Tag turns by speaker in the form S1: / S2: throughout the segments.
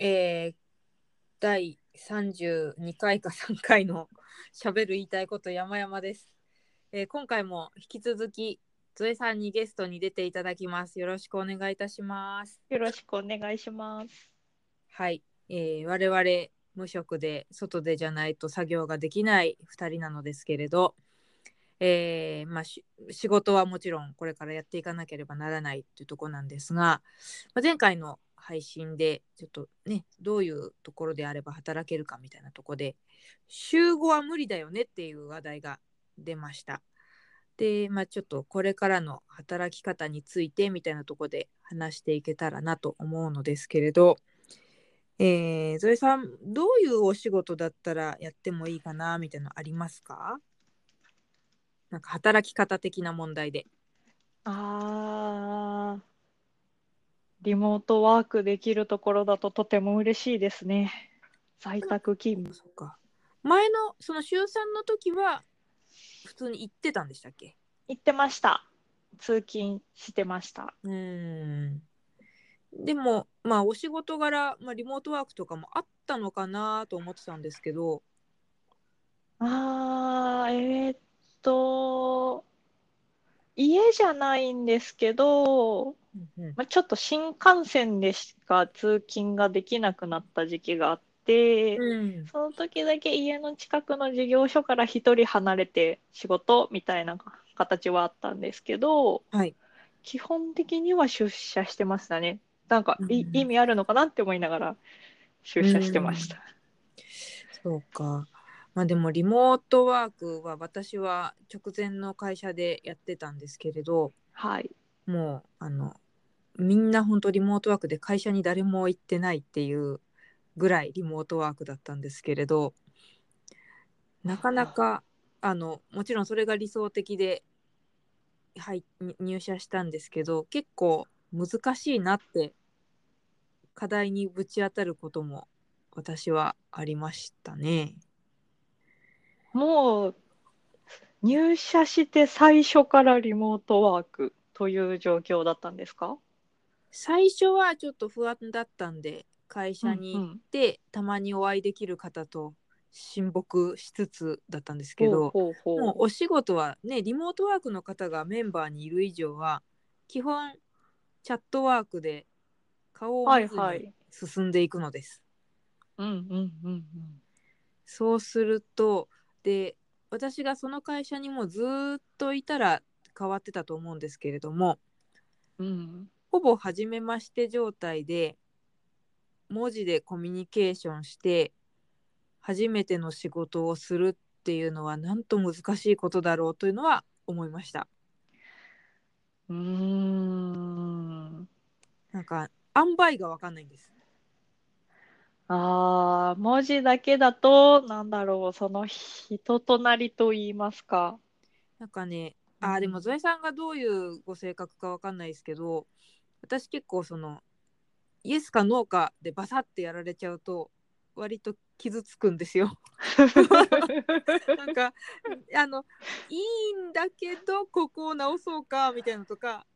S1: えー、第32回か3回の喋る言いたいこと山々です、えー今回も引き続き、ゾエさんにゲストに出ていただきます。よろしくお願いいたします。
S2: よろしくお願いします。
S1: はい。えー我々、無職で、外でじゃないと作業ができない2人なのですけれど、えーまあ、し仕事はもちろんこれからやっていかなければならないっていうところなんですが、まあ、前回の配信でちょっとねどういうところであれば働けるかみたいなとこで週5は無理だよねっていう話題が出ました。で、まあ、ちょっとこれからの働き方についてみたいなとこで話していけたらなと思うのですけれど、えー、ゾエさんどういうお仕事だったらやってもいいかなみたいなのありますかなんか働き方的な問題で。
S2: ああ、リモートワークできるところだととても嬉しいですね。在宅勤務。
S1: そうか。前のその週3の時は普通に行ってたんでしたっけ
S2: 行ってました。通勤してました。
S1: うーん。でもまあお仕事柄、まあ、リモートワークとかもあったのかなと思ってたんですけど、
S2: ああ、えーっと、家じゃないんですけど、まあ、ちょっと新幹線でしか通勤ができなくなった時期があって、
S1: うん、
S2: その時だけ家の近くの事業所から一人離れて仕事みたいな形はあったんですけど、
S1: はい
S2: 基本的には出社してましたね。なんか、い
S1: うん
S2: 意味あるのかなって思いながら出社してました。
S1: そうか。まあでもリモートワークは私は直前の会社でやってたんですけれど、
S2: はい。
S1: もうあのみんな本当リモートワークで会社に誰も行ってないっていうぐらいリモートワークだったんですけれどなかなかあのもちろんそれが理想的で、はい、に入社したんですけど結構難しいなって課題にぶち当たることも私はありましたね。
S2: もう、入社して最初からリモートワークという状況だったんですか
S1: 最初はちょっと不安だったんで会社に
S2: うんうん
S1: でたまにお会いできる方と親睦しつつだったんですけど
S2: ほうほうほう
S1: もうお仕事はねリモートワークの方がメンバーにいる以上は基本チャットワークで顔を
S2: は
S1: 見
S2: い
S1: ず
S2: は
S1: に
S2: い。
S1: 進んでいくのです。
S2: うんうんうんうん。
S1: そうするとで私がその会社にもずーっといたら変わってたと思うんですけれども
S2: うん、
S1: ほぼ初めまして状態で文字でコミュニケーションして初めての仕事をするっていうのはなんと難しいことだろうというのは思いました。
S2: うーん
S1: なんか塩梅がわかんないんです。
S2: ああ、文字だけだと、なんだろう、その人となりと言います か。
S1: なんかねあ
S2: う
S1: ー
S2: ん
S1: でもゾエさんがどういうご性格かわかんないですけど私結構そのイエスかノーかでバサッてやられちゃうと割と傷つくんですよ。 なんかあのいいんだけどここを直そうかみたいなのとか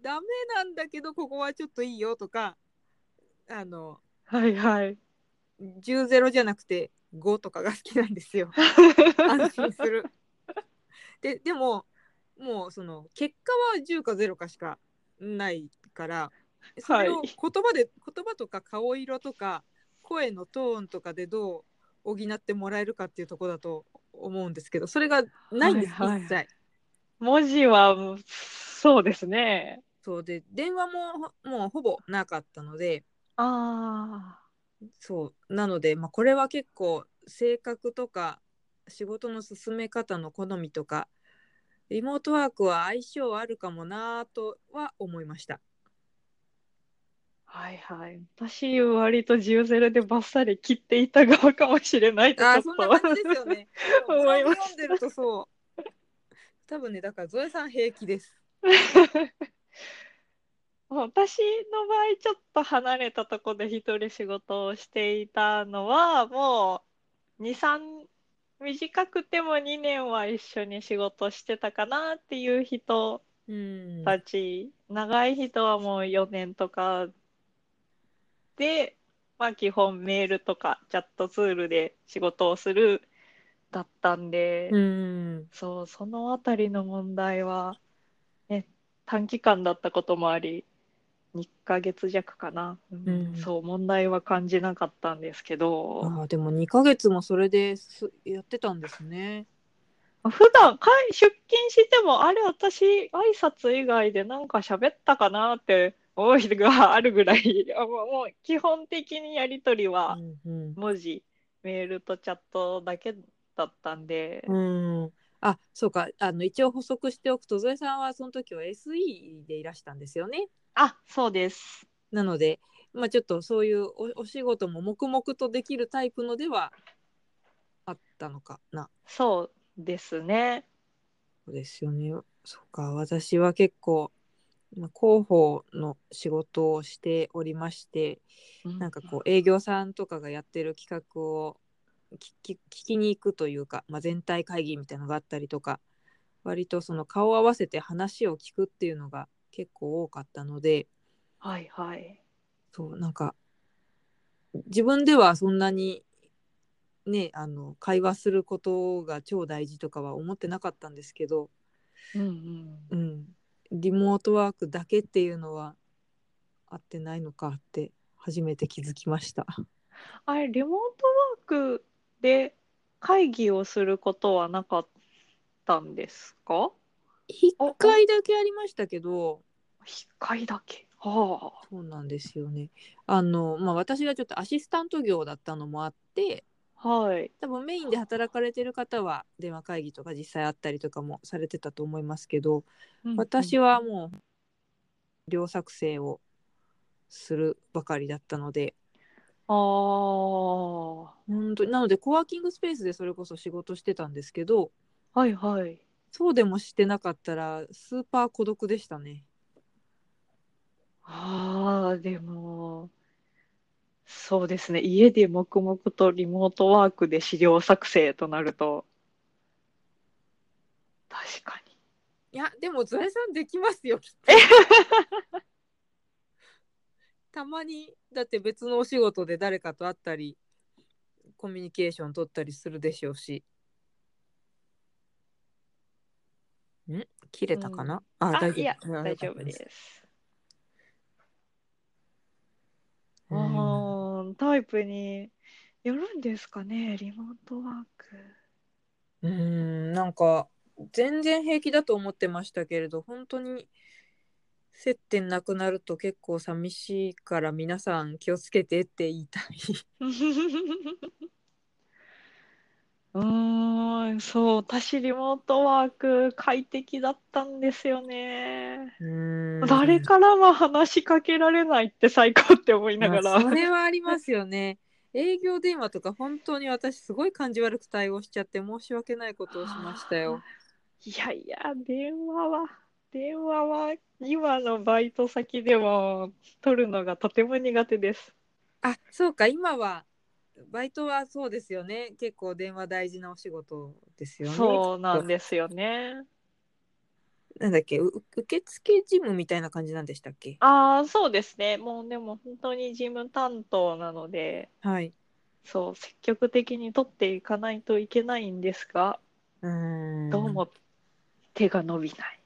S1: ダメなんだけどここはちょっといいよとかあの
S2: はいはい。
S1: 10-0じゃなくて5とかが好きなんですよ安心する。ででももうその結果は10か0かしかないからそれを
S2: は
S1: 言
S2: い
S1: 葉で、言葉とか顔色とか声のトーンとかでどう補ってもらえるかっていうところだと思うんですけどそれがないんです、
S2: はいはい
S1: 一切。
S2: 文字は、もうそうですね。
S1: そうで電話もほもうほぼなかったので
S2: あ
S1: そうなので、まあ、これは結構性格とか仕事の進め方の好みとかリモートワークは相性あるかもなぁとは思いました。
S2: あ、はいはい。私、割と10ゼロでバッサリ切っていた側かもしれないと、
S1: あー
S2: ち
S1: そ
S2: ょっ
S1: ん
S2: と
S1: な感じですよね。そう
S2: 思
S1: ブ
S2: いま
S1: ログ読んでるとそう。多分ねだからゾエさん平気です。
S2: 私の場合ちょっと離れたとこで一人仕事をしていたのはもう23短くても2年は一緒に仕事してたかなっていう人
S1: うん。
S2: たち長い人はもう4年とかでまあ基本メールとかチャットツールで仕事をするだったんで、
S1: うん。
S2: そう、そのあたりの問題は、ね、短期間だったこともあり、2ヶ月弱かな、うん
S1: うん
S2: そう、問題は感じなかったんですけど、
S1: ああ、でも2ヶ月もそれですやってたんですね。
S2: 普段かい出勤しても、あれ、私、挨拶以外でなんか喋ったかなって思う人があるぐらい、 あもうもう基本的にやり取りは
S1: うん
S2: 文字、メールとチャットだけだったんで、
S1: うん。うん。あ、そうか。あの一応補足しておくと、ゾエさんはその時は SE でいらしたんですよね。
S2: あ、そうです。
S1: なので、まあ、ちょっとそういうおお仕事も黙々とできるタイプのではあったのかな。
S2: そうですね。
S1: そうですよね。そうか。私は結構、まあ、広報の仕事をしておりまして、なんかこう営業さんとかがやってる企画を聞き聞きに行くというか、まあ、全体会議みたいなのがあったりとか割とその顔を合わせて話を聞くっていうのが結構多かったので
S2: はいはい。
S1: そうなんか自分ではそんなにねあの会話することが超大事とかは思ってなかったんですけど、
S2: うんうん。
S1: うん、リモートワークだけっていうのは合ってないのかって初めて気づきました。
S2: あれ、リモートワークで会議をすることはなかったんですか
S1: 一回だけありましたけど
S2: 一回だけ。は
S1: そうなんですよねあのまあ私がちょっとアシスタント業だったのもあって
S2: あ。はい。
S1: 多分メインで働かれてる方は電話会議とか実際あったりとかもされてたと思いますけど私はもう量作成をするばかりだったので
S2: うん。あ
S1: 本当になのでコワーキングスペースでそれこそ仕事してたんですけど
S2: あ。はいはい。
S1: そうでもしてなかったらスーパー孤独でしたね。
S2: ああ、でも、そうですね。家で黙々とリモートワークで資料作成となると、確かに。
S1: いやでもゾエさんできますよきっと。たまにだって別のお仕事で誰かと会ったりコミュニケーション取ったりするでしょうし。ん切れたかな、あ
S2: あ、いや、
S1: うん
S2: 大丈夫です。
S1: う
S2: あ
S1: ん
S2: ータイプによるんですかね、リモートワーク。
S1: うーんなんか全然平気だと思ってましたけれど本当に接点なくなると結構寂しいから皆さん気をつけてって言いたい。
S2: うーん、そう、私、リモートワーク快適だったんですよね。
S1: うーん
S2: 誰からも話しかけられないって最高って思いなが
S1: まあそ
S2: ら。
S1: れはありますよね。営業電話とか本当に私すごい感じ悪く対応しちゃって申し訳ないことをしましたよ。
S2: いやいや、電話は、電話は、今のバイト先でも取るのがとても苦手です。
S1: あそうか今はバイトはそうですよね結構電話大事なお仕事ですよね。
S2: そうなんですよね。
S1: なんだっけう受付事務みたいな感じなんでしたっけ
S2: ああ、そうですね。もうでも本当に事務担当なので、
S1: はい。
S2: そう、積極的に取っていかないといけないんですが、
S1: うーん
S2: どうも手が伸びない。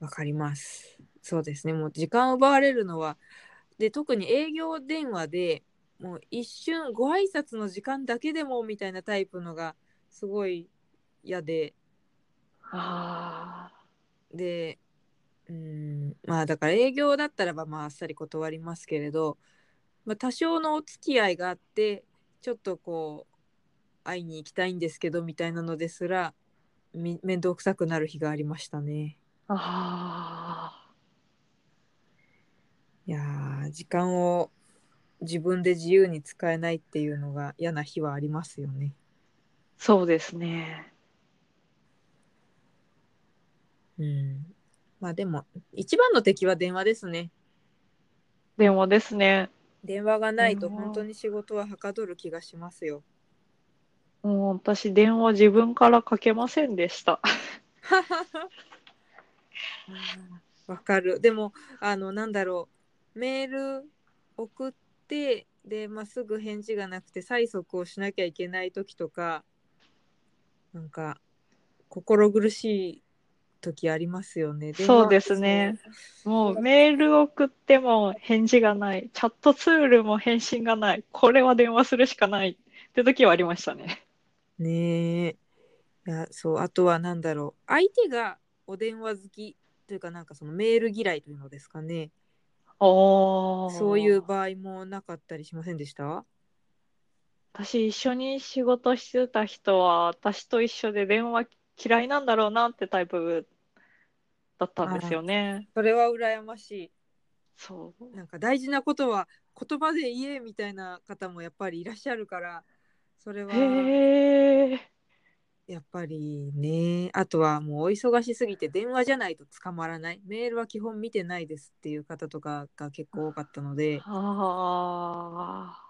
S1: わかります。そうですね。もう時間を奪われるのは、で、特に営業電話でもう一瞬ご挨拶の時間だけでもみたいなタイプのがすごい嫌で、
S2: ああ、
S1: で、うん、まあだから営業だったらばまああっさり断りますけれど、まあ、多少のお付き合いがあって、ちょっとこう、会いに行きたいんですけどみたいなのですら、み面倒くさくなる日がありましたね。
S2: あ
S1: いやー時間を自分で自由に使えないっていうのが嫌な日はありますよね。
S2: あ、そうですね。
S1: うん、まあでも一番の敵は電話ですね。
S2: でもですね、
S1: 電話がないと
S2: 電話
S1: 本当に仕事ははかどる気がしますよ。
S2: もう私電話自分からかけませんで し
S1: あ
S2: た。
S1: ーわかる。でもあのなんだろうメール送ってで、まあ、すぐ返事がなくて催促をしなきゃいけない時とかなんか心苦しい時ありますよね。
S2: そうですね。もうメール送っても返事がない、チャットツールも返信がない、これは電話するしかないって時はありましたね。
S1: ねえ。いや、そう、あとは何だろう。相手がお電話好きというか、なんかそのメール嫌いというのですかね。
S2: お
S1: そういう場合もなかったりしませんでした
S2: 私一緒に仕事してた人は私と一緒で電話嫌いなんだろうなってタイプだったんですよね。
S1: それは羨まし
S2: そう
S1: い。なんか大事なことは言葉で言えみたいな方もやっぱりいらっしゃるから、それは
S2: へえ
S1: やっぱりね、あとはもうお忙しすぎて電話じゃないと捕まらない、メールは基本見てないですっていう方とかが結構多かったので、
S2: あ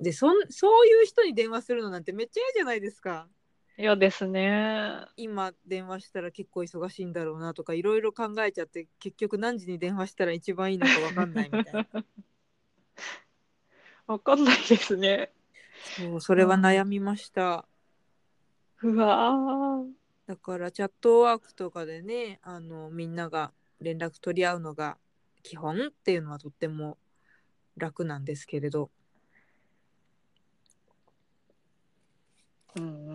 S1: で、そんそういう人に電話するのなんてめっちゃ嫌じゃないですか。
S2: あ嫌ですね。
S1: 今電話したら結構忙しいんだろうなとかいろいろ考えちゃって結局何時に電話したら一番いいのか分かんないみたいな
S2: わかんないですね。
S1: そうそれは悩みました
S2: うわー
S1: だからチャットワークとかでねあのみんなが連絡取り合うのが基本っていうのはとっても楽なんですけれど
S2: うん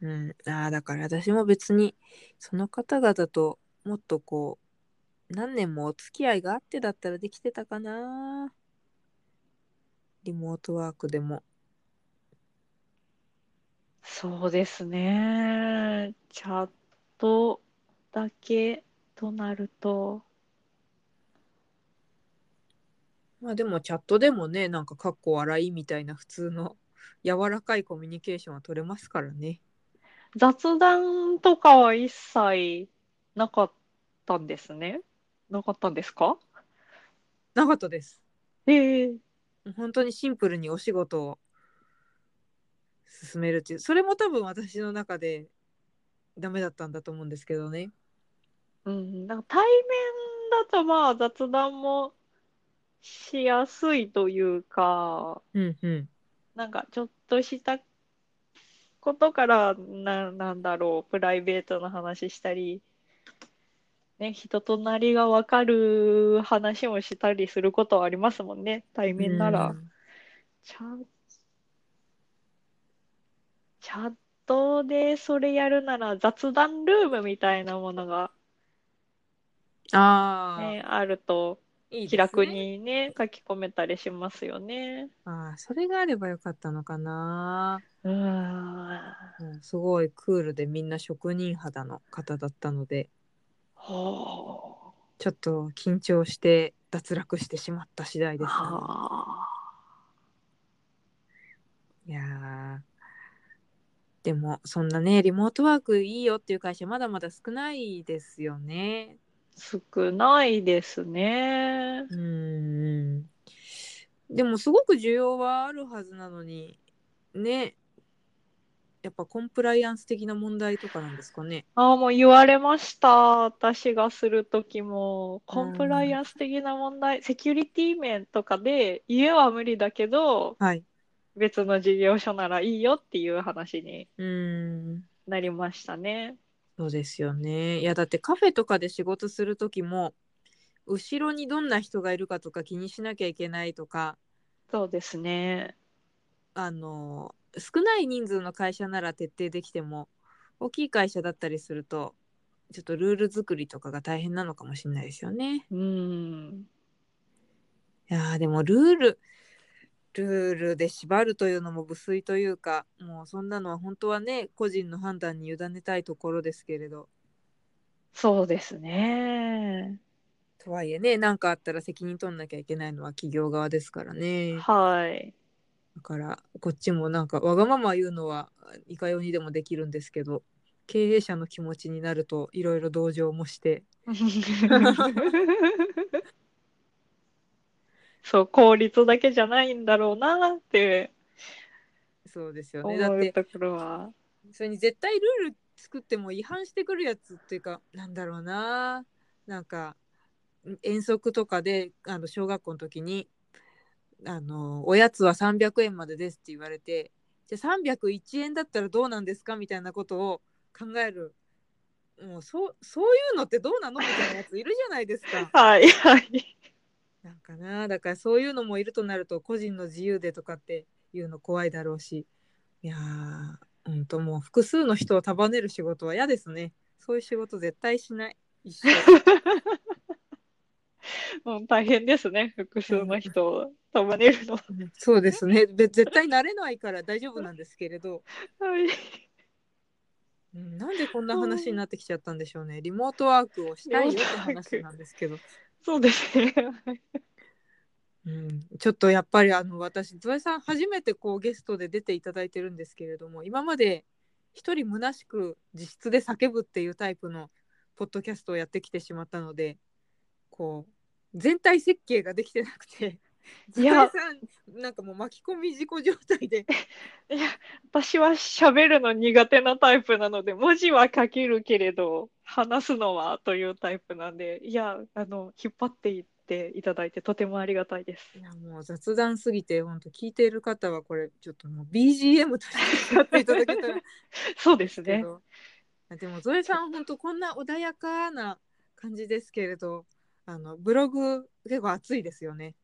S2: うん。
S1: うん、ああだから私も別にその方々ともっとこう何年もお付き合いがあってだったらできてたかなリモートワークでも
S2: そうですね。チャットだけとなると。
S1: まあでもチャットでもねなんかかっこ笑いみたいな普通の柔らかいコミュニケーションは取れますからね
S2: 雑談とかは一切なかったんですね。なかったんですか
S1: なかったです
S2: ええ
S1: 本当にシンプルにお仕事を進めるっていうそれも多分私の中でダメだったんだと思うんですけどね
S2: うん、なんか対面だとまあ雑談もしやすいというか、
S1: うんうん
S2: なんかちょっとしたことからな、なんだろう、プライベートの話したり、ね、人となりがわかる話もしたりすることはありますもんね、対面なら。
S1: うん
S2: チャ、チャットでそれやるなら雑談ルームみたいなものが、
S1: ああ、
S2: ね、あると
S1: いいです
S2: 気
S1: ね
S2: 楽にね、書き込めたりしますよね。
S1: ああそれがあればよかったのかな、
S2: うーん。
S1: うんすごいクールでみんな職人肌の方だったので
S2: ほう。
S1: ちょっと緊張して脱落してしまった次第です、
S2: はあ。
S1: いやーでもそんなねリモートワークいいよっていう会社まだまだ少ないですよね
S2: 少ないですね。
S1: うんうんでもすごく需要はあるはずなのにねやっぱコンプライアンス的な問題とかなんですかね
S2: ああ、もう言われました。私がするときも、コンプライアンス的な問題、セキュリティ面とかで、家は無理だけど、
S1: はい
S2: 別の事業所ならいいよっていう話に
S1: うん
S2: なりましたね。
S1: そうですよね。いやだってカフェとかで仕事する時も後ろにどんな人がいるかとか気にしなきゃいけないとか
S2: そうですね。
S1: あの少ない人数の会社なら徹底できても大きい会社だったりするとちょっとルール作りとかが大変なのかもしれないですよね。
S2: うん。
S1: いやーでもルールルールで縛るというのも無粋というかもうそんなのは本当はね個人の判断に委ねたいところですけれど
S2: そうですね。
S1: とはいえね何かあったら責任取んなきゃいけないのは企業側ですからね。
S2: はい。
S1: だからこっちもなんかわがまま言うのはいかようにでもできるんですけど経営者の気持ちになるといろいろ同情もして
S2: そう、効率だけじゃないんだろうなって
S1: そうですよねだ
S2: 思
S1: っ
S2: う
S1: て
S2: ところは。。
S1: それに絶対ルール作っても違反してくるやつっていうかなんだろうななんか遠足とかであの小学校の時にあのおやつは300円までですって言われてじゃあ301円だったらどうなんですかみたいなことを考えるもうそうそういうのってどうなのみたいなやついるじゃないですか
S2: はいはい。
S1: なんかなだからそういうのもいるとなると個人の自由でとかっていうの怖いだろうしいやーうんともう複数の人を束ねる仕事は嫌ですねそういう仕事絶対しない一生
S2: もう大変ですね。複数の人を束ねるの。は
S1: そうですねべ絶対なれないから大丈夫なんですけれど、
S2: い。
S1: うん、なんでこんな話になってきちゃったんでしょうねリモートワークをしたいよって話なんですけど
S2: そうですね。
S1: うん、ちょっとやっぱりあの私土井さん初めてこうゲストで出ていただいてるんですけれども今まで一人虚しく自室で叫ぶっていうタイプのポッドキャストをやってきてしまったのでこう全体設計ができてなくて土
S2: い
S1: 井さ
S2: や
S1: んなんかもう巻き込み事故状態で
S2: いや、私は喋るの苦手なタイプなので、文字は書けるけれど、話すのはというタイプなんで、いや、あの、引っ張っていっていただいて、とてもありがたいです
S1: い。やもう雑談すぎて本当聞いている方はこれちょっともう BGM として使っていただけたら
S2: そうで
S1: です
S2: ね。
S1: でもゾエさん本当こんな穏やかな感じですけれどあのブログ結構熱いですよね。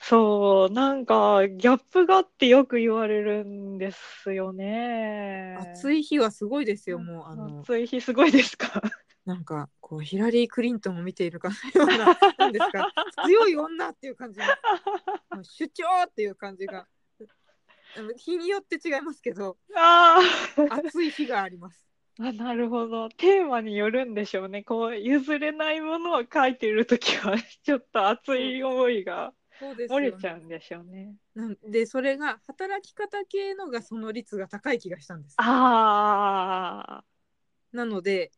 S2: そう、なんか、ギャップがってよく言われるんですよね。
S1: 暑い日はすごいですよもうあの
S2: 暑い日すごいで すか。
S1: なんかこうヒラリー・クリントンを見ているかのよう ななんですか強い女っていう感じの主張っていう感じがあの日によって違いますけど
S2: あー
S1: 暑い日があります。
S2: あ、なるほど。テーマによるんでしょうね。こう、譲れないものを書いているときは、ちょっと熱い思いが
S1: そうですよ
S2: 漏
S1: ね
S2: れちゃうんでしょうね。
S1: なんでそれが働き方系のがその率が高い気がしたんです。
S2: ああ、
S1: なので、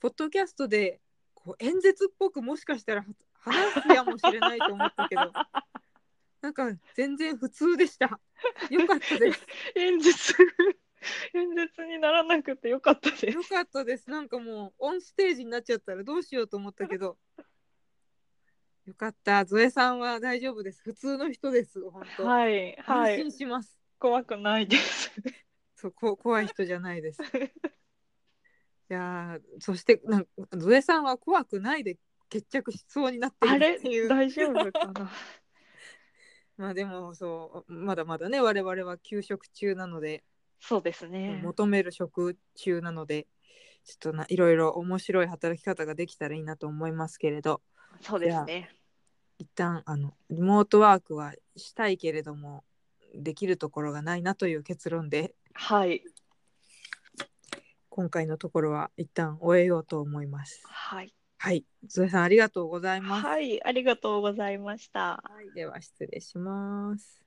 S1: ポッドキャストでこう演説っぽくもしかしたらは話すやもしれないと思ったけ ど、なんか全然普通でした。よかったです。
S2: 演説、 演説にならなくてよかったです
S1: よ。かったです。なんかもうオンステージになっちゃったらどうしようと思ったけど、よかった。ゾエさんは大丈夫です。普通の人です。本当。
S2: はい、は
S1: 安
S2: い
S1: 心。します。
S2: 怖くないです。
S1: そうこ怖い人じゃない です。いやーそしてなんかゾエさんは怖くないで決着しそうになってい
S2: あ
S1: る
S2: れ
S1: っていう。
S2: 大丈夫か な
S1: まあでもそうまだまだね我々は休職中なので、
S2: そうですね。
S1: 求める職中なのでちょっとないろいろ面白い働き方ができたらいいなと思いますけれど
S2: そうですね。
S1: 一旦あのリモートワークはしたいけれどもできるところがないなという結論で
S2: はい。
S1: 今回のところは一旦終えようと思います。
S2: はい。
S1: はい、ゾエさんありがとうございます。
S2: はい。ありがとうございました。
S1: はい、では失礼します。